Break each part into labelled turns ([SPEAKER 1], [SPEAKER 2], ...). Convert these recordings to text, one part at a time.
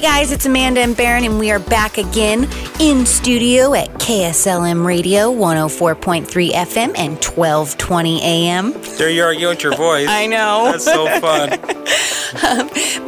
[SPEAKER 1] guys, it's Amanda and Baron, and we are back again in studio at KSLM Radio 104.3 FM and 1220 AM.
[SPEAKER 2] There you are, you with your voice.
[SPEAKER 1] I know.
[SPEAKER 2] That's so fun.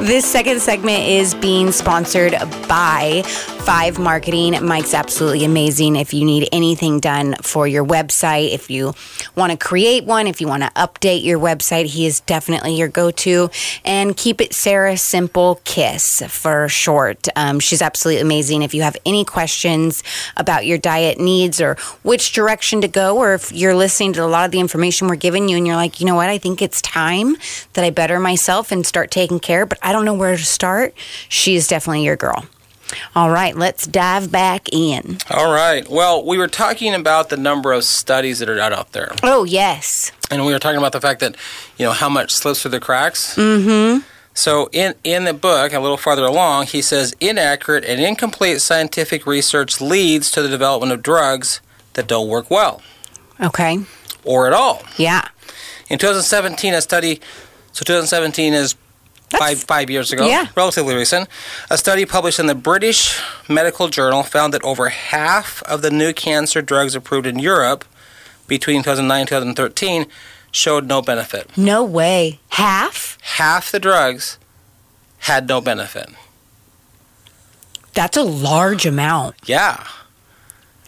[SPEAKER 1] This second segment is being sponsored by Five Marketing. Mike's absolutely amazing. If you need anything done for your website, if you want to create one, if you want to update your website, he is definitely your go to. And keep it Sarah Simple Kiss for short. Um, she's absolutely amazing. If you have any questions about your diet needs or which direction to go, or if you're listening to a lot of the information we're giving you and you're like, you know what, I think it's time that I better myself and start taking care, but I don't know where to start, she's definitely your girl. All right, let's dive back in.
[SPEAKER 2] All right. Well, we were talking about the number of studies that are out out there.
[SPEAKER 1] Oh, yes.
[SPEAKER 2] And we were talking about the fact that, you know, how much slips through the cracks.
[SPEAKER 1] Mm-hmm.
[SPEAKER 2] So in in the book, a little farther along, he says inaccurate and incomplete scientific research leads to the development of drugs that don't work well
[SPEAKER 1] Okay.
[SPEAKER 2] or at all.
[SPEAKER 1] Yeah.
[SPEAKER 2] In 2017, a study, so 2017 is five, five years ago,
[SPEAKER 1] yeah.
[SPEAKER 2] relatively recent. A study published in the British Medical Journal found that over half of the new cancer drugs approved in Europe between 2009 and 2013 showed no benefit.
[SPEAKER 1] No way. Half?
[SPEAKER 2] Half the drugs had no benefit.
[SPEAKER 1] That's a large amount.
[SPEAKER 2] Yeah.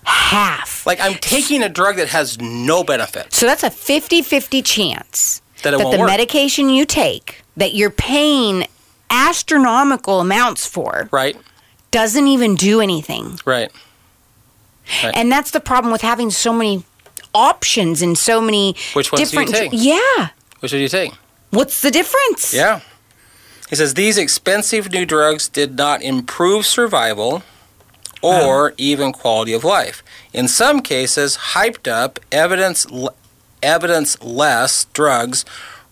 [SPEAKER 1] Half.
[SPEAKER 2] Like I'm taking a drug that has no benefit.
[SPEAKER 1] So that's a 50 50 chance
[SPEAKER 2] That it
[SPEAKER 1] that
[SPEAKER 2] won't
[SPEAKER 1] the
[SPEAKER 2] work.
[SPEAKER 1] medication you take that you're paying astronomical amounts for
[SPEAKER 2] Right?
[SPEAKER 1] doesn't even do anything.
[SPEAKER 2] Right.
[SPEAKER 1] And that's the problem with having so many options and so many
[SPEAKER 2] Which ones do you
[SPEAKER 1] different
[SPEAKER 2] take?
[SPEAKER 1] Yeah.
[SPEAKER 2] Which should you take?
[SPEAKER 1] What's the difference?
[SPEAKER 2] Yeah. He says these expensive new drugs did not improve survival or even quality of life. In some cases, hyped up, evidence l- evidence less drugs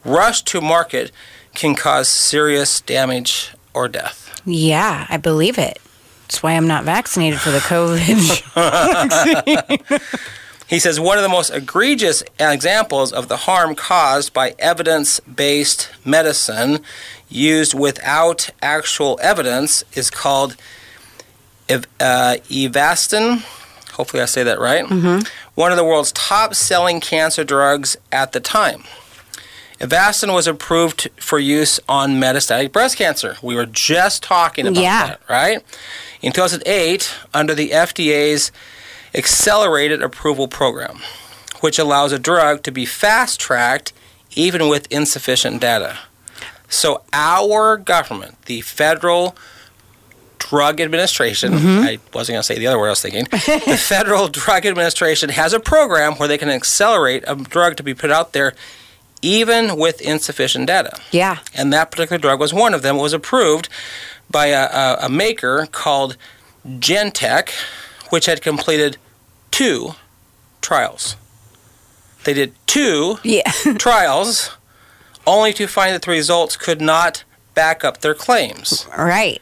[SPEAKER 2] rushed to market can cause serious damage or death.
[SPEAKER 1] Yeah, I believe it. That's why I'm not vaccinated for the COVID.
[SPEAKER 2] He says one of the most egregious examples of the harm caused by evidence-based medicine used without actual evidence is called Ev- uh, Evastin. Hopefully, I say that right. One of the world's top selling cancer drugs at the time. Evastin was approved for use on metastatic breast cancer. We were just talking about
[SPEAKER 1] Yeah.
[SPEAKER 2] that, right? In 2008, under the FDA's Accelerated Approval Program, which allows a drug to be fast tracked even with insufficient data. So, our government, the federal Drug Administration. I wasn't going to say the other word I was thinking. the Federal Drug Administration has a program where they can accelerate a drug to be put out there even with insufficient data.
[SPEAKER 1] yeah.
[SPEAKER 2] And that particular drug was one of them. It was approved by a, a, a maker called Gentech, which had completed two trials. They did two
[SPEAKER 1] Yeah.
[SPEAKER 2] trials only to find that the results could not back up their claims,
[SPEAKER 1] All right.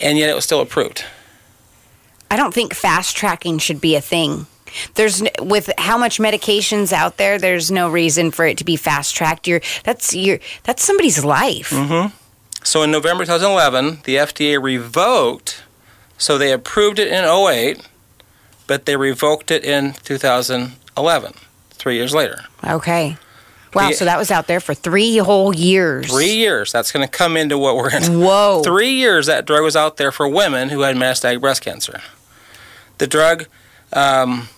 [SPEAKER 2] and yet it was still approved.
[SPEAKER 1] I don't think fast tracking should be a thing. There's n- with how much medications out there, there's no reason for it to be fast tracked. You're that's your that's somebody's life.
[SPEAKER 2] Mm-hmm. So in November 2011, the FDA revoked, so they approved it in 08, but they revoked it in 2011, three years later.
[SPEAKER 1] Okay. Wow,
[SPEAKER 2] The-
[SPEAKER 1] so that was out there for three whole years.
[SPEAKER 2] Three years. That's going to come into what we're in.
[SPEAKER 1] Whoa.
[SPEAKER 2] Three years that drug was out there for women who had metastatic breast cancer. The drug, um,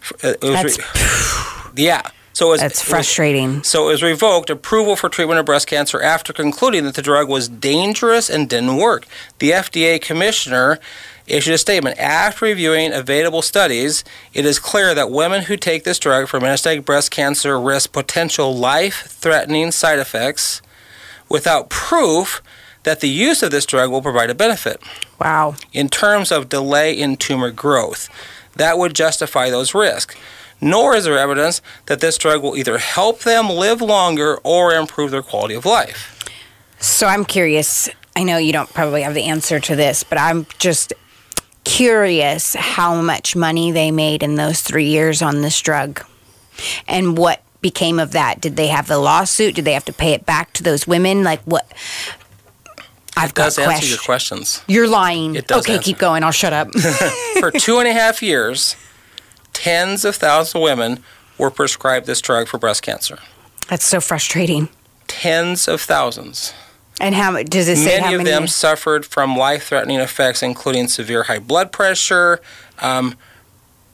[SPEAKER 2] f- uh, it was
[SPEAKER 1] That's,
[SPEAKER 2] re- yeah. So it was,
[SPEAKER 1] that's
[SPEAKER 2] it was-
[SPEAKER 1] frustrating.
[SPEAKER 2] So it was revoked approval for treatment of breast cancer after concluding that the drug was dangerous and didn't work. The FDA commissioner issued a statement after reviewing available studies. It is clear that women who take this drug for metastatic breast cancer risk potential life-threatening side effects without proof that the use of this drug will provide a benefit
[SPEAKER 1] Wow.
[SPEAKER 2] in terms of delay in tumor growth. That would justify those risks. Nor is there evidence that this drug will either help them live longer or improve their quality of life.
[SPEAKER 1] So I'm curious. I know you don't probably have the answer to this, but I'm just curious how much money they made in those three years on this drug and what became of that. Did they have a lawsuit? Did they have to pay it back to those women? Like, what? I've got
[SPEAKER 2] does answer your
[SPEAKER 1] questions.
[SPEAKER 2] questions.
[SPEAKER 1] You're lying.
[SPEAKER 2] It does
[SPEAKER 1] okay,
[SPEAKER 2] answer.
[SPEAKER 1] keep going. I'll shut up.
[SPEAKER 2] For two and a half years, tens of thousands of women were prescribed this drug for breast cancer.
[SPEAKER 1] That's so frustrating.
[SPEAKER 2] Tens of thousands.
[SPEAKER 1] And how does it say how
[SPEAKER 2] Many of
[SPEAKER 1] many?
[SPEAKER 2] them suffered from life threatening effects, including severe high blood pressure, um,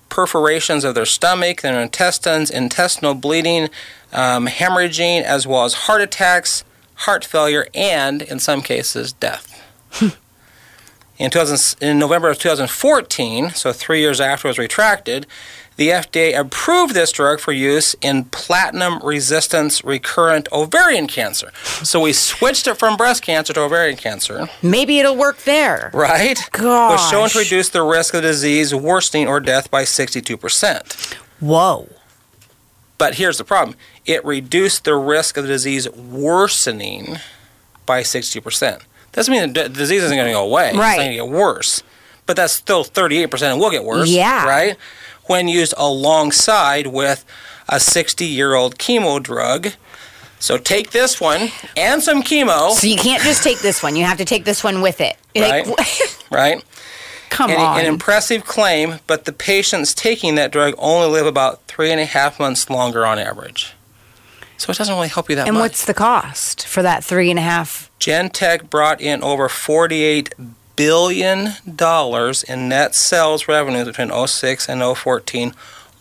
[SPEAKER 2] perforations of their stomach, their intestines, intestinal bleeding, um, hemorrhaging, as well as heart attacks, heart failure, and in some cases, death.
[SPEAKER 1] Hmm.
[SPEAKER 2] In, 2000, in November of 2014, so three years after it was retracted, the FDA approved this drug for use in platinum resistant recurrent ovarian cancer. So we switched it from breast cancer to ovarian cancer,
[SPEAKER 1] Maybe it'll work there.
[SPEAKER 2] right? Was shown
[SPEAKER 1] Gosh.
[SPEAKER 2] to reduce the risk of disease worsening or death by 62%.
[SPEAKER 1] Whoa.
[SPEAKER 2] But here's the problem it reduced the risk of the disease worsening by 62%. Doesn't mean the d- disease isn't going to go away.
[SPEAKER 1] Right.
[SPEAKER 2] It's going to get worse. But that's still 38% and will get worse.
[SPEAKER 1] Yeah.
[SPEAKER 2] Right? When used alongside with a 60 year old chemo drug. So take this one and some chemo,
[SPEAKER 1] So you can't just take this one. You have to take this one with it. Like,
[SPEAKER 2] Right. right?
[SPEAKER 1] come
[SPEAKER 2] an,
[SPEAKER 1] on.
[SPEAKER 2] an impressive claim, but the patients taking that drug only live about three and a half months longer on average. So it doesn't really help you that
[SPEAKER 1] and
[SPEAKER 2] much.
[SPEAKER 1] what's the cost for that three and a half?
[SPEAKER 2] Gentech brought in over $48 billion in net sales revenues between 06 and 014,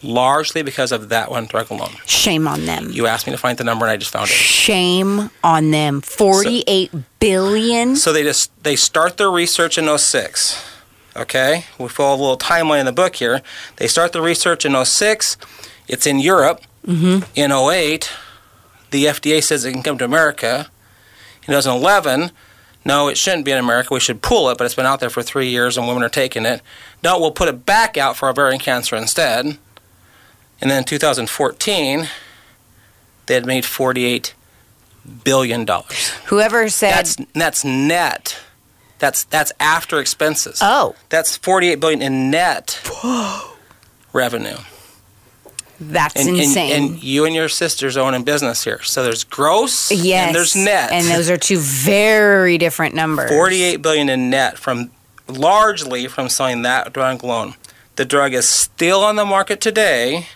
[SPEAKER 2] largely because of that one drug alone.
[SPEAKER 1] Shame on them.
[SPEAKER 2] You asked me to find the number, and I just found it.
[SPEAKER 1] Shame on them. Forty-eight billion.
[SPEAKER 2] So they just they start their research in 06. Okay? We follow a little timeline in the book here. They start the research in 06. It's in Europe. In 08, the FDA says it can come to America. In 2011, no, it shouldn't be in America. We should pull it, but it's been out there for three years and women are taking it. No, we'll put it back out for ovarian cancer instead. And then in 2014, they had made $48 billion.
[SPEAKER 1] Whoever said,
[SPEAKER 2] That's that's net. That's that's after expenses.
[SPEAKER 1] "Oh,
[SPEAKER 2] That's 48 billion in net revenue.
[SPEAKER 1] that's
[SPEAKER 2] And, and-
[SPEAKER 1] insane."
[SPEAKER 2] And, you and your sisters own a business here. So there's gross
[SPEAKER 1] yes,
[SPEAKER 2] and there's net.
[SPEAKER 1] and those are two very different numbers.
[SPEAKER 2] 48 billion in net from largely from selling that drug alone. The drug is still on the market today,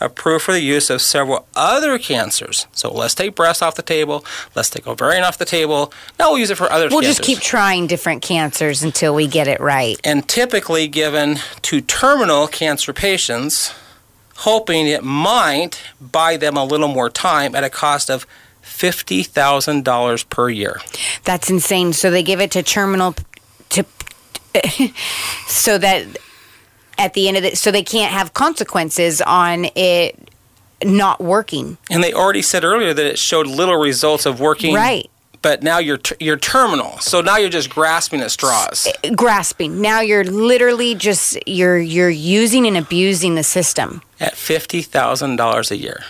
[SPEAKER 2] approved for the use of several other cancers. So let's take breast off the table. Let's take ovarian off the table. Now we'll use it for other
[SPEAKER 1] We'll
[SPEAKER 2] cancers.
[SPEAKER 1] just keep trying different cancers until we get it right.
[SPEAKER 2] and typically given to terminal cancer patients, hoping it might buy them a little more time at a cost of $50,000 per year.
[SPEAKER 1] That's insane. So they give it to terminal p- to so that at the end of it, so they can't have consequences on it not working.
[SPEAKER 2] And they already said earlier that it showed little results of working.
[SPEAKER 1] Right.
[SPEAKER 2] But now you're, ter- you're terminal. So now you're just grasping at straws.
[SPEAKER 1] Grasping. Now you're literally just you're you're using and abusing the system.
[SPEAKER 2] At $50,000 a year.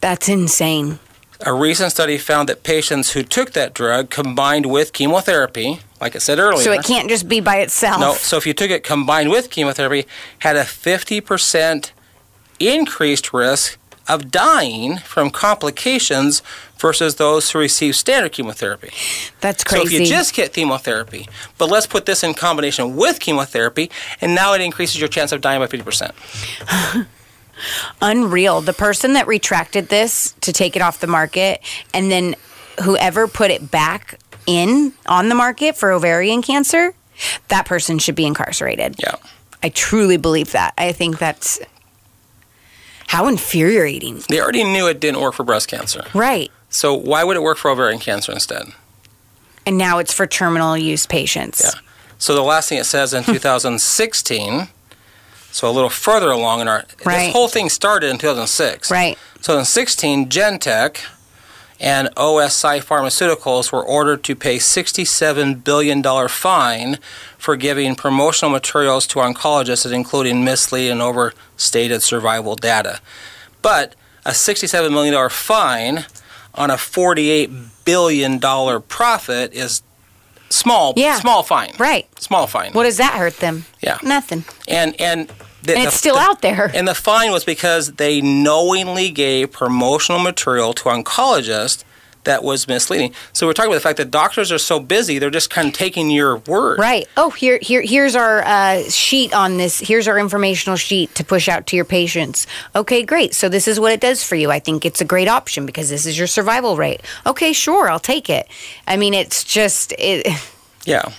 [SPEAKER 1] That's insane.
[SPEAKER 2] A recent study found that patients who took that drug combined with chemotherapy, like I said earlier,
[SPEAKER 1] So it can't just be by itself.
[SPEAKER 2] Oh, No, so if you took it combined with chemotherapy, had a 50% increased risk of dying from complications versus those who receive standard chemotherapy.
[SPEAKER 1] That's
[SPEAKER 2] So if
[SPEAKER 1] crazy.
[SPEAKER 2] you just get chemotherapy, but let's put this in combination with chemotherapy, and now it increases your chance of dying by 50%.
[SPEAKER 1] unreal. The person that retracted this to take it off the market and then whoever put it back in on the market for ovarian cancer, that person should be incarcerated.
[SPEAKER 2] Yeah.
[SPEAKER 1] I truly believe that. I think that's how infuriating.
[SPEAKER 2] They already knew it didn't work for breast cancer.
[SPEAKER 1] Right.
[SPEAKER 2] So why would it work for ovarian cancer instead?
[SPEAKER 1] And now it's for terminal use patients.
[SPEAKER 2] Yeah. So the last thing it says in 2016, so a little further along in our
[SPEAKER 1] Right.
[SPEAKER 2] this whole thing started in 2006.
[SPEAKER 1] Right.
[SPEAKER 2] So in 16, Gentech and OSI Pharmaceuticals were ordered to pay $67 billion fine for giving promotional materials to oncologists, including misleading and overstated survival data. But a $67 million fine on a $48 billion profit is small,
[SPEAKER 1] Yeah.
[SPEAKER 2] small fine.
[SPEAKER 1] Right.
[SPEAKER 2] Small fine.
[SPEAKER 1] What does that hurt them?
[SPEAKER 2] Yeah.
[SPEAKER 1] Nothing.
[SPEAKER 2] And, and, the,
[SPEAKER 1] And
[SPEAKER 2] the-
[SPEAKER 1] it's still
[SPEAKER 2] the-
[SPEAKER 1] out there.
[SPEAKER 2] and the fine was because they knowingly gave promotional material to oncologists that was misleading. So we're talking about the fact that doctors are so busy, they're just kind of taking your word.
[SPEAKER 1] Right. Oh, here, here, here's our uh, sheet on this. Here's our informational sheet to push out to your patients. Okay, great. So this is what it does for you. I think it's a great option because this is your survival rate. Okay, sure, I'll take it. I mean, it's just it.
[SPEAKER 2] Yeah.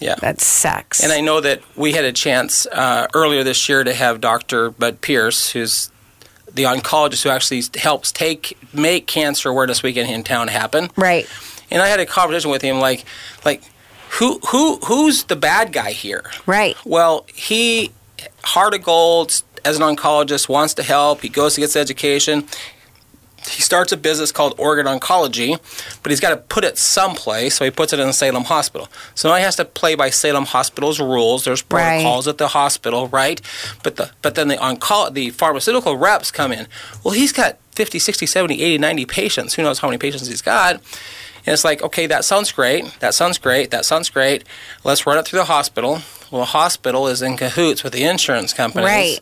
[SPEAKER 2] Yeah.
[SPEAKER 1] That sucks.
[SPEAKER 2] And I know that we had a chance uh, earlier this year to have Dr. Bud Pierce, who's the oncologist who actually helps take make Cancer Awareness Weekend in town happen.
[SPEAKER 1] right.
[SPEAKER 2] And I had a conversation with him, like, like who who who's the bad guy here?
[SPEAKER 1] Right.
[SPEAKER 2] Well, he heart of gold as an oncologist wants to help. He goes to get his education. He starts a business called Organ Oncology, but he's got to put it someplace, so he puts it in Salem Hospital. So now he has to play by Salem Hospital's rules. There's
[SPEAKER 1] Right.
[SPEAKER 2] protocols at the hospital, right? But the but then the onco- the pharmaceutical reps come in. Well, he's got 50, 60, 70, 80, 90 patients. Who knows how many patients he's got? And it's like, okay, that sounds great. That sounds great. That sounds great. Let's run it through the hospital. Well, the hospital is in cahoots with the insurance companies,
[SPEAKER 1] Right.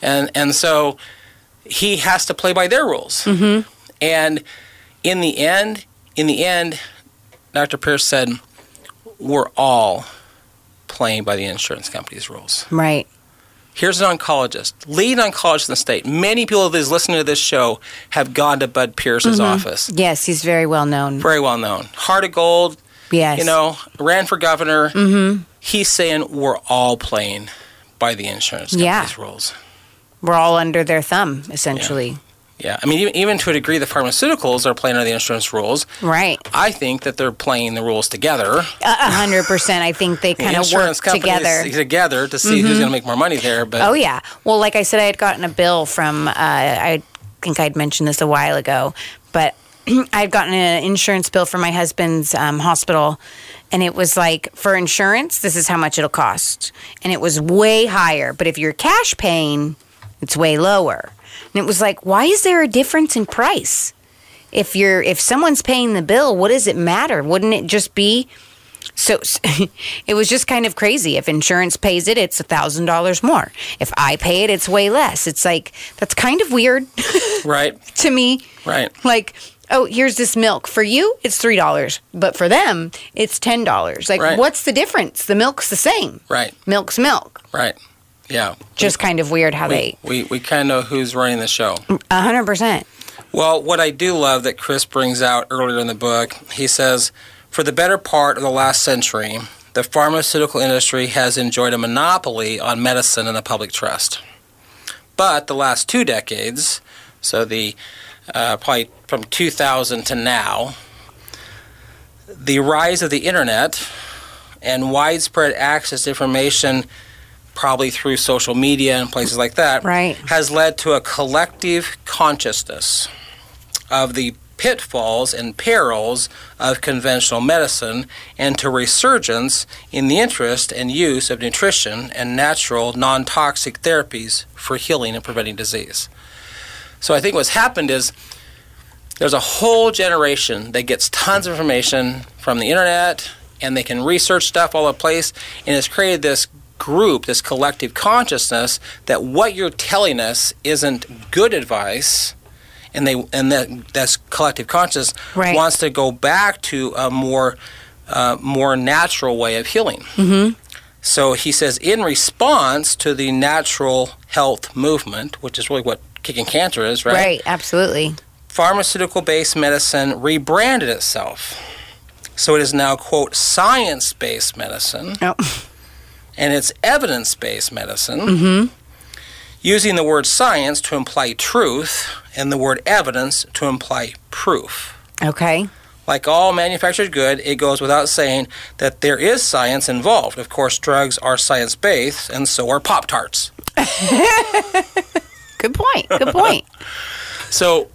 [SPEAKER 2] And and so he has to play by their rules. Mm-hmm. And in the end, in the end, Dr. Pierce said, "We're all playing by the insurance company's rules."
[SPEAKER 1] Right.
[SPEAKER 2] Here's an oncologist, lead oncologist in the state. Many people that is listening to this show have gone to Bud Pierce's office.
[SPEAKER 1] Yes, he's very well known.
[SPEAKER 2] Very well known. Heart of gold,
[SPEAKER 1] Yes.
[SPEAKER 2] you know, ran for governor. Mm-hmm. He's saying we're all playing by the insurance company's
[SPEAKER 1] Yeah.
[SPEAKER 2] rules.
[SPEAKER 1] we're all under their thumb essentially.
[SPEAKER 2] Yeah. I mean, even, even to a degree, the pharmaceuticals are playing under the insurance rules.
[SPEAKER 1] Right.
[SPEAKER 2] I think that they're playing the rules together.
[SPEAKER 1] A a hundred percent. I think they
[SPEAKER 2] The
[SPEAKER 1] kind of work
[SPEAKER 2] insurance companies
[SPEAKER 1] together. Mm-hmm.
[SPEAKER 2] together to see who's going to make more money there. But
[SPEAKER 1] Oh yeah. Well, like I said, I had gotten a bill from. Uh, I think I'd mentioned this a while ago, but I'd gotten an insurance bill for my husband's um, hospital, and it was like for insurance, this is how much it'll cost, and it was way higher. But if you're cash paying, it's way lower. And it was like, why is there a difference in price? If you're if someone's paying the bill, what does it matter? Wouldn't it just be so it was just kind of crazy. If insurance pays it, it's a thousand dollars more. If I pay it, it's way less. It's like that's kind of weird
[SPEAKER 2] right,
[SPEAKER 1] to me.
[SPEAKER 2] right.
[SPEAKER 1] Like, oh, here's this milk for you. It's three dollars, but for them, it's ten dollars. Like,
[SPEAKER 2] Right.
[SPEAKER 1] what's the difference? The milk's the same.
[SPEAKER 2] Right.
[SPEAKER 1] Milk's milk.
[SPEAKER 2] Right. Yeah.
[SPEAKER 1] Just kind of weird how they.
[SPEAKER 2] we we kind of know who's running the show.
[SPEAKER 1] A hundred percent.
[SPEAKER 2] Well, what I do love that Chris brings out earlier in the book, he says, for the better part of the last century, the pharmaceutical industry has enjoyed a monopoly on medicine and the public trust. But the last two decades, so the uh, probably from 2000 to now, the rise of the internet and widespread access to information, probably through social media and places like that,
[SPEAKER 1] Right.
[SPEAKER 2] has led to a collective consciousness of the pitfalls and perils of conventional medicine and to resurgence in the interest and use of nutrition and natural non-toxic therapies for healing and preventing disease. So I think what's happened is there's a whole generation that gets tons of information from the internet and they can research stuff all over the place and it's created this group, this collective consciousness that what you're telling us isn't good advice and they and that that's collective conscious
[SPEAKER 1] Right.
[SPEAKER 2] wants to go back to a more uh, more natural way of healing.
[SPEAKER 1] Mm-hmm.
[SPEAKER 2] So he says, in response to the natural health movement, which is really what kicking cancer is,
[SPEAKER 1] Right. Absolutely.
[SPEAKER 2] pharmaceutical based medicine rebranded itself. So it is now, quote, science based medicine
[SPEAKER 1] Oh.
[SPEAKER 2] and it's evidence based medicine. Using the word science to imply truth and the word evidence to imply proof.
[SPEAKER 1] Okay.
[SPEAKER 2] Like all manufactured good, it goes without saying that there is science involved. Of course, drugs are science based, and so are Pop Tarts.
[SPEAKER 1] Good point. Good point.
[SPEAKER 2] So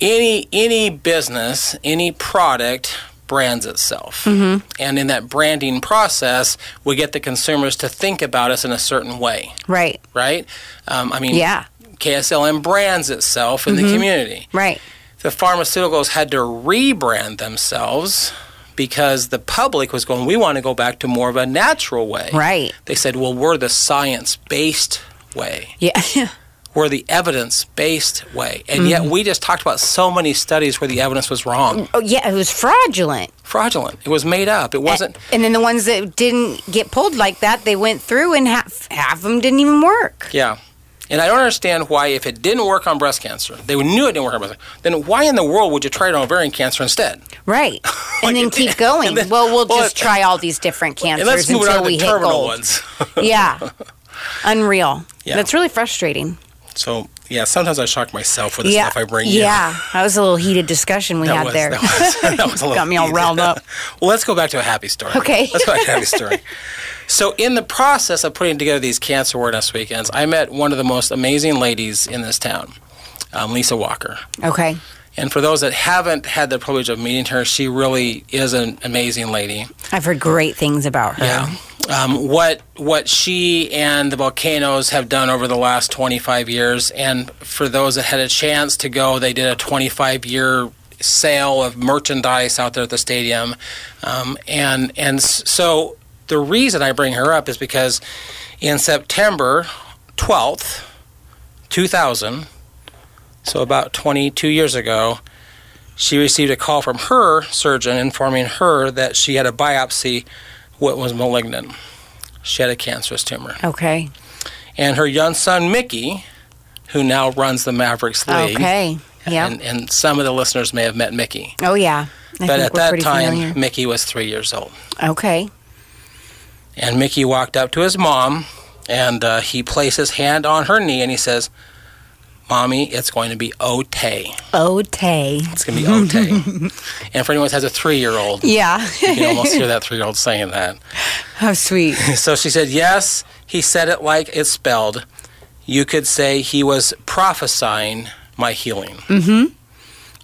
[SPEAKER 2] any any business, any product brands itself. And in that branding process, we get the consumers to think about us in a certain way,
[SPEAKER 1] right.
[SPEAKER 2] right? Um, I mean,
[SPEAKER 1] Yeah.
[SPEAKER 2] KSLM brands itself in the
[SPEAKER 1] Mm-hmm.
[SPEAKER 2] community.
[SPEAKER 1] Right.
[SPEAKER 2] The pharmaceuticals had to rebrand themselves because the public was going, we want to go back to more of a natural way.
[SPEAKER 1] Right.
[SPEAKER 2] They said, well, we're the science based way
[SPEAKER 1] Yeah.
[SPEAKER 2] were the evidence based way. And yet
[SPEAKER 1] Mm-hmm.
[SPEAKER 2] we just talked about so many studies where the evidence was wrong,
[SPEAKER 1] Oh, yeah, it was fraudulent. Uh,
[SPEAKER 2] fraudulent. It was made up. It
[SPEAKER 1] Eh.
[SPEAKER 2] wasn't.
[SPEAKER 1] And then the ones that didn't get pulled like that, they went through and half, half of them didn't even work.
[SPEAKER 2] Yeah. And I don't understand why, if it didn't work on breast cancer, they knew it didn't work on breast cancer, then why in the world would you try it on ovarian cancer instead?
[SPEAKER 1] Right. and then keep going.
[SPEAKER 2] then-
[SPEAKER 1] well, we'll
[SPEAKER 2] well,
[SPEAKER 1] just try all these different
[SPEAKER 2] And
[SPEAKER 1] cancers
[SPEAKER 2] let's move
[SPEAKER 1] until
[SPEAKER 2] on to
[SPEAKER 1] we
[SPEAKER 2] the
[SPEAKER 1] hit
[SPEAKER 2] terminal
[SPEAKER 1] gold.
[SPEAKER 2] ones.
[SPEAKER 1] Yeah. Unreal.
[SPEAKER 2] Yeah.
[SPEAKER 1] That's really frustrating.
[SPEAKER 2] so, yeah, sometimes I shock myself with the
[SPEAKER 1] yeah.
[SPEAKER 2] stuff I bring you.
[SPEAKER 1] yeah. That was a little heated discussion we
[SPEAKER 2] That
[SPEAKER 1] had
[SPEAKER 2] was,
[SPEAKER 1] there.
[SPEAKER 2] That was, that was a little
[SPEAKER 1] Got me all
[SPEAKER 2] easy.
[SPEAKER 1] riled up.
[SPEAKER 2] well, let's go back to a happy story.
[SPEAKER 1] Okay.
[SPEAKER 2] Let's go back to a happy story. So, in the process of putting together these Cancer Awareness Weekends, I met one of the most amazing ladies in this town, um, Lisa Walker.
[SPEAKER 1] Okay.
[SPEAKER 2] And for those that haven't had the privilege of meeting her, she really is an amazing lady.
[SPEAKER 1] I've heard great things about her.
[SPEAKER 2] Yeah. Um, what what she and the volcanoes have done over the last 25 years, and for those that had a chance to go, they did a 25 year sale of merchandise out there at the stadium, um, and and s- so the reason I bring her up is because in September 12th, 2000, so about 22 years ago. She received a call from her surgeon informing her that she had a biopsy what was malignant. She had a cancerous tumor.
[SPEAKER 1] Okay.
[SPEAKER 2] And her young son, Mickey, who now runs the Mavericks League.
[SPEAKER 1] Okay. Yeah.
[SPEAKER 2] And, and some of the listeners may have met Mickey.
[SPEAKER 1] oh, yeah. I
[SPEAKER 2] but
[SPEAKER 1] think
[SPEAKER 2] at
[SPEAKER 1] we're
[SPEAKER 2] that
[SPEAKER 1] pretty
[SPEAKER 2] time,
[SPEAKER 1] familiar.
[SPEAKER 2] Mickey was three years old.
[SPEAKER 1] Okay.
[SPEAKER 2] And Mickey walked up to his mom and uh, he placed his hand on her knee and he says, Mommy, it's going to be okay.
[SPEAKER 1] Okay.
[SPEAKER 2] It's going to be okay. and for anyone that has a three year old, you
[SPEAKER 1] Yeah.
[SPEAKER 2] can almost hear that three year old saying that.
[SPEAKER 1] How sweet.
[SPEAKER 2] So she said, Yes, he said it like it's spelled. You could say he was prophesying my healing. Mm-hmm.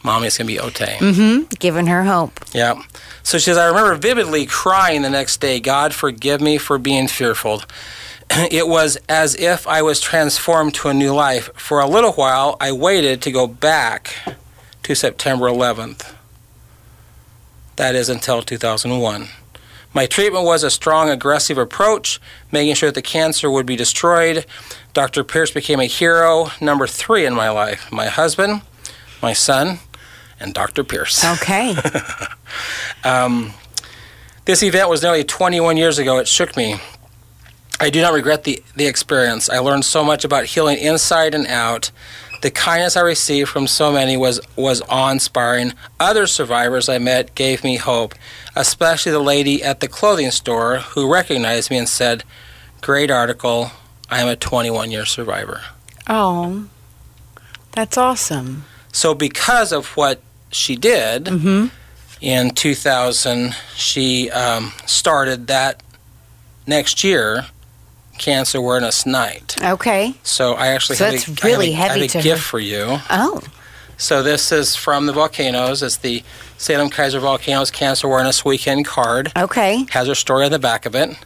[SPEAKER 2] Mommy's gonna be okay.
[SPEAKER 1] Giving her hope.
[SPEAKER 2] Yeah. So she says, I remember vividly crying the next day, God forgive me for being fearful. It was as if I was transformed to a new life. For a little while, I waited to go back to September 11th. That is until 2001. My treatment was a strong, aggressive approach, making sure that the cancer would be destroyed. Dr. Pierce became a hero, number three in my life my husband, my son, and Dr. Pierce.
[SPEAKER 1] Okay.
[SPEAKER 2] This event was nearly 21 years ago. It shook me. I do not regret the, the experience. I learned so much about healing inside and out. The kindness I received from so many was, was awe inspiring. Other survivors I met gave me hope, especially the lady at the clothing store who recognized me and said, Great article. I am a 21 year survivor.
[SPEAKER 1] oh. That's awesome.
[SPEAKER 2] So, because of what she did
[SPEAKER 1] Mm-hmm.
[SPEAKER 2] in 2000, she um, started that next year, Cancer Awareness Night.
[SPEAKER 1] Okay.
[SPEAKER 2] So, I actually
[SPEAKER 1] So
[SPEAKER 2] have,
[SPEAKER 1] that's
[SPEAKER 2] a, I
[SPEAKER 1] really
[SPEAKER 2] have a, I
[SPEAKER 1] heavy
[SPEAKER 2] have a
[SPEAKER 1] to
[SPEAKER 2] gift
[SPEAKER 1] her.
[SPEAKER 2] for you.
[SPEAKER 1] Oh.
[SPEAKER 2] So, this is from the volcanoes. It's the Salem Kaiser Volcanoes Cancer Awareness Weekend card
[SPEAKER 1] Okay.
[SPEAKER 2] has her story on the back of it.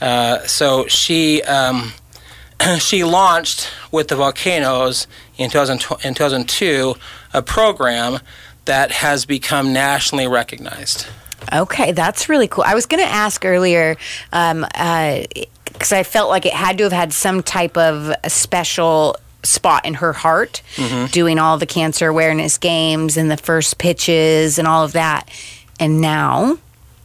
[SPEAKER 2] Uh, so she um, she launched with the volcanoes in, 2000, in 2002 a program that has become nationally recognized.
[SPEAKER 1] Okay, that's really cool. I was going to ask earlier um, uh, 'cause I felt like it had to have had some type of a special spot in her heart,
[SPEAKER 2] Mm-hmm.
[SPEAKER 1] doing all the cancer awareness games and the first pitches and all of that. And now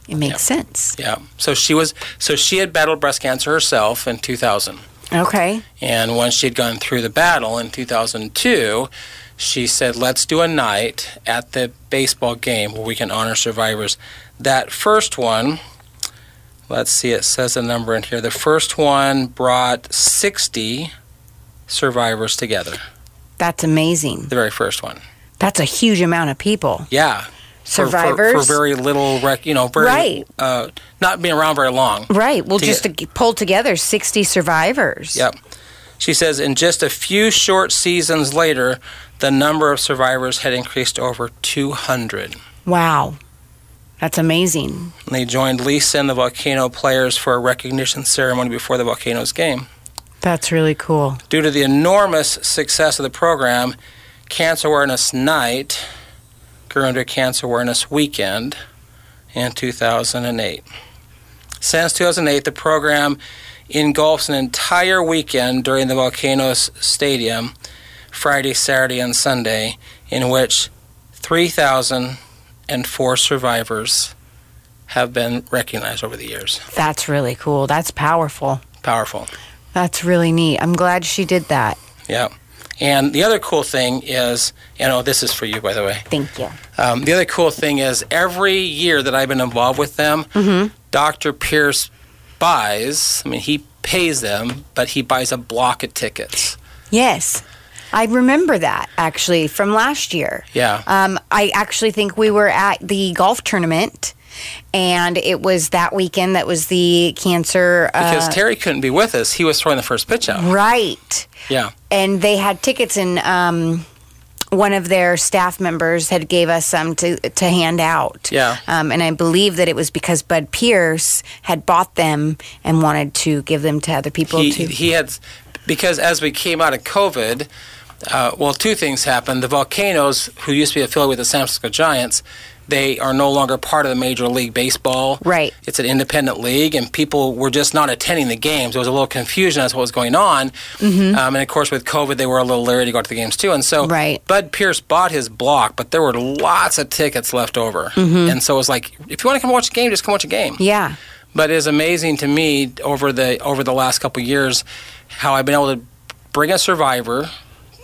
[SPEAKER 1] it makes sense.
[SPEAKER 2] Yeah. So she was so she had battled breast cancer herself in 2000,
[SPEAKER 1] Okay,
[SPEAKER 2] and once she had gone through the battle in 2002. She said, "Let's do a night at the baseball game where we can honor survivors." That first one let's see, it says a number in here. The first one brought 60 survivors together,
[SPEAKER 1] that's amazing.
[SPEAKER 2] the very first one.
[SPEAKER 1] That's a huge amount of people.
[SPEAKER 2] Yeah. For- for- For,
[SPEAKER 1] Survivors?
[SPEAKER 2] very little, rec- you know, very,
[SPEAKER 1] Right.
[SPEAKER 2] uh, not being around very long.
[SPEAKER 1] Right. Well,
[SPEAKER 2] To
[SPEAKER 1] just to g- pull together 60 survivors.
[SPEAKER 2] Yep. She says, in just a few short seasons later, the number of survivors had increased to over 200.
[SPEAKER 1] Wow. That's amazing.
[SPEAKER 2] And they joined Lisa and the Volcano players for a recognition ceremony before the Volcanoes game.
[SPEAKER 1] That's really cool.
[SPEAKER 2] Due to the enormous success of the program, Cancer Awareness Night grew into Cancer Awareness Weekend in 2008. Since 2008, the program engulfs an entire weekend during the volcano's stadium, Friday, Saturday, and Sunday, in which 3,004 survivors have been recognized over the years.
[SPEAKER 1] That's really cool. That's powerful.
[SPEAKER 2] Powerful.
[SPEAKER 1] That's really neat. I'm glad she did that.
[SPEAKER 2] Yeah. And the other cool thing is, and oh, this is for you, by the way.
[SPEAKER 1] Thank you.
[SPEAKER 2] Um, the other cool thing is, every year that I've been involved with them,
[SPEAKER 1] Mm-hmm.
[SPEAKER 2] Dr. Pierce buys, I mean, he pays them, but he buys a block of tickets.
[SPEAKER 1] Yes. I remember that actually from last year.
[SPEAKER 2] Yeah.
[SPEAKER 1] Um, I actually think we were at the golf tournament, and it was that weekend that was the cancer. Uh,
[SPEAKER 2] Because Terry couldn't be with us. He was throwing the first pitch out.
[SPEAKER 1] right.
[SPEAKER 2] Yeah.
[SPEAKER 1] And they had tickets, and um, one of their staff members had gave us some to to hand out.
[SPEAKER 2] Yeah.
[SPEAKER 1] Um, and I believe that it was because Bud Pierce had bought them and wanted to give them to other people
[SPEAKER 2] He,
[SPEAKER 1] too.
[SPEAKER 2] he had, because as we came out of COVID, uh, well, two things happened. The volcanoes, who used to be affiliated with the San Francisco Giants, they are no longer part of the Major League Baseball.
[SPEAKER 1] Right.
[SPEAKER 2] It's an independent league, and people were just not attending the games. There was a little confusion as to what was going on.
[SPEAKER 1] Mm-hmm.
[SPEAKER 2] Um, and of course, with COVID, they were a little leery to go out to the games too. And so,
[SPEAKER 1] Right.
[SPEAKER 2] Bud Pierce bought his block, but there were lots of tickets left over.
[SPEAKER 1] Mm-hmm.
[SPEAKER 2] And so it was like, if you want to come watch a game, just come watch a game.
[SPEAKER 1] yeah.
[SPEAKER 2] But it's amazing to me over the over the last couple of years how I've been able to bring a survivor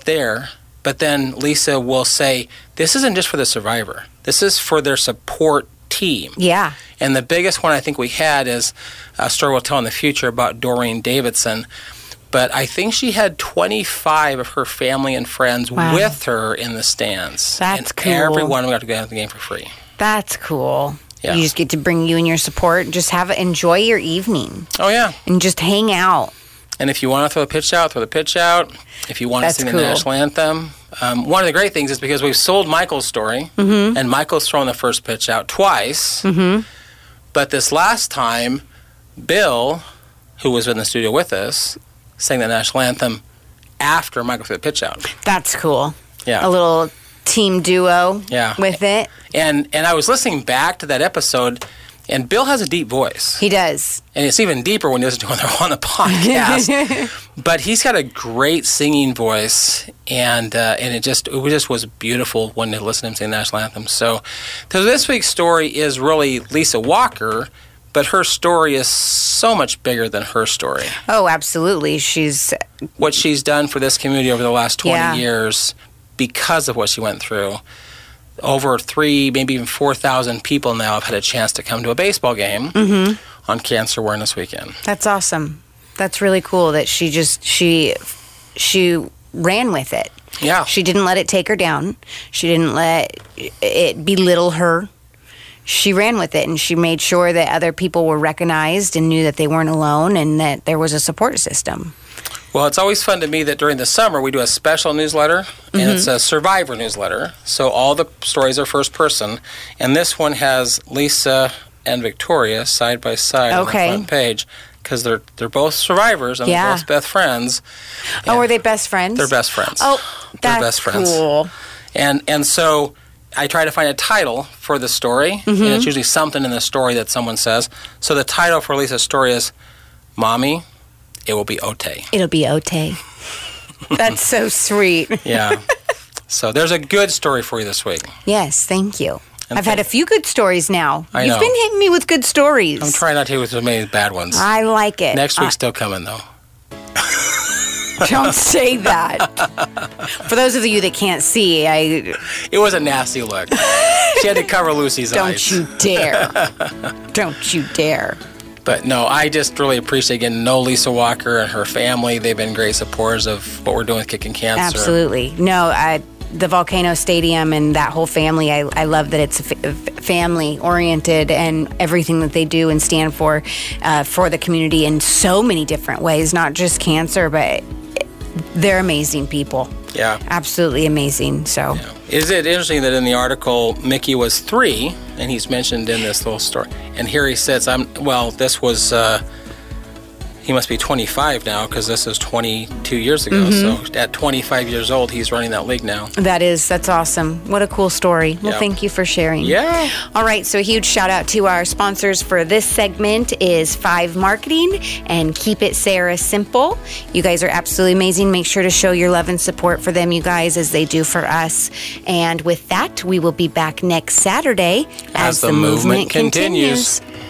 [SPEAKER 2] there, but then Lisa will say, "This isn't just for the survivor. This is for their support team."
[SPEAKER 1] Yeah.
[SPEAKER 2] And the biggest one I think we had is a story we'll tell in the future about Doreen Davidson. But I think she had 25 of her family and friends
[SPEAKER 1] Wow.
[SPEAKER 2] with her in the stands.
[SPEAKER 1] That's
[SPEAKER 2] and
[SPEAKER 1] cool.
[SPEAKER 2] Everyone got to go out to the game for free.
[SPEAKER 1] That's cool.
[SPEAKER 2] Yeah.
[SPEAKER 1] You just get to bring you and your support. Just have enjoy your evening
[SPEAKER 2] Oh yeah.
[SPEAKER 1] and just hang out.
[SPEAKER 2] And if you want to throw the pitch out, throw the pitch out. If you want
[SPEAKER 1] That's
[SPEAKER 2] to sing
[SPEAKER 1] cool.
[SPEAKER 2] the national anthem, um, one of the great things is because we've sold Michael's story,
[SPEAKER 1] Mm-hmm.
[SPEAKER 2] and Michael's thrown the first pitch out twice. But this last time, Bill, who was in the studio with us, sang the national anthem after Michael threw the pitch out.
[SPEAKER 1] That's cool.
[SPEAKER 2] Yeah.
[SPEAKER 1] A little team duo
[SPEAKER 2] Yeah.
[SPEAKER 1] with it.
[SPEAKER 2] And and I was listening back to that episode, and Bill has a deep voice.
[SPEAKER 1] He does.
[SPEAKER 2] and it's even deeper when you listen to it on the podcast. but he's got a great singing voice, and uh, and it just it just was beautiful when to listen to him sing the national anthem. So, so this week's story is really Lisa Walker, but her story is so much bigger than her story.
[SPEAKER 1] Oh, absolutely. She's
[SPEAKER 2] What she's done for this community over the last twenty
[SPEAKER 1] Yeah.
[SPEAKER 2] years, because of what she went through. Over three, maybe even 4,000 people now have had a chance to come to a baseball game on Cancer Awareness Weekend.
[SPEAKER 1] that's awesome. That's really cool that she just she she ran with it.
[SPEAKER 2] Yeah.
[SPEAKER 1] She didn't let it take her down. She didn't let it belittle her. She ran with it and she made sure that other people were recognized and knew that they weren't alone and that there was a support system.
[SPEAKER 2] Well, it's always fun to me that during the summer we do a special newsletter, and it's
[SPEAKER 1] Mm-hmm.
[SPEAKER 2] a survivor newsletter. So all the stories are first person, and this one has Lisa and Victoria side by side on the
[SPEAKER 1] Okay.
[SPEAKER 2] front page because they're they're both survivors and
[SPEAKER 1] Yeah.
[SPEAKER 2] they're both best friends.
[SPEAKER 1] Oh, are they best friends?
[SPEAKER 2] They're best friends.
[SPEAKER 1] Oh, that's
[SPEAKER 2] They're best friends.
[SPEAKER 1] cool.
[SPEAKER 2] And and so I try to find a title for the story, and
[SPEAKER 1] Mm-hmm.
[SPEAKER 2] it's usually something in the story that someone says. So the title for Lisa's story is "Mommy, it will be okay."
[SPEAKER 1] It'll be Ote. That's so sweet.
[SPEAKER 2] Yeah. so there's a good story for you this week.
[SPEAKER 1] Yes, thank you.
[SPEAKER 2] And
[SPEAKER 1] I've had a
[SPEAKER 2] thank-
[SPEAKER 1] few good stories now.
[SPEAKER 2] I
[SPEAKER 1] You've
[SPEAKER 2] know.
[SPEAKER 1] been hitting me with good stories.
[SPEAKER 2] I'm trying not to hit with as many bad ones.
[SPEAKER 1] I like it.
[SPEAKER 2] Next week's still coming though.
[SPEAKER 1] Uh, don't say that. For those of you that can't see, I
[SPEAKER 2] It was a nasty look. she had to cover Lucy's
[SPEAKER 1] don't
[SPEAKER 2] eyes.
[SPEAKER 1] you dare. don't you dare.
[SPEAKER 2] But no, I just really appreciate getting to know Lisa Walker and her family. They've been great supporters of what we're doing with Kicking Cancer.
[SPEAKER 1] Absolutely. No, I, the Volcano Stadium and that whole family, I, I love that it's f- family oriented and everything that they do and stand for uh, for the community in so many different ways, not just cancer, but they're amazing people.
[SPEAKER 2] Yeah.
[SPEAKER 1] Absolutely amazing. So,
[SPEAKER 2] Is it interesting that in the article Mickey was three and he's mentioned in this little story? And here he says, I'm well, this was uh, he must be 25 now because this is 22 years ago.
[SPEAKER 1] Mm-hmm.
[SPEAKER 2] So at 25 years old, he's running that league now.
[SPEAKER 1] That is, that's awesome. What a cool story. Well,
[SPEAKER 2] Yeah.
[SPEAKER 1] thank you for sharing.
[SPEAKER 2] Yeah.
[SPEAKER 1] All right, so a huge shout out to our sponsors for this segment is Five Marketing and Keep It Sarah Simple. You guys are absolutely amazing. Make sure to show your love and support for them, you guys, as they do for us. And with that, we will be back next Saturday
[SPEAKER 2] As the movement continues.
[SPEAKER 1] continues.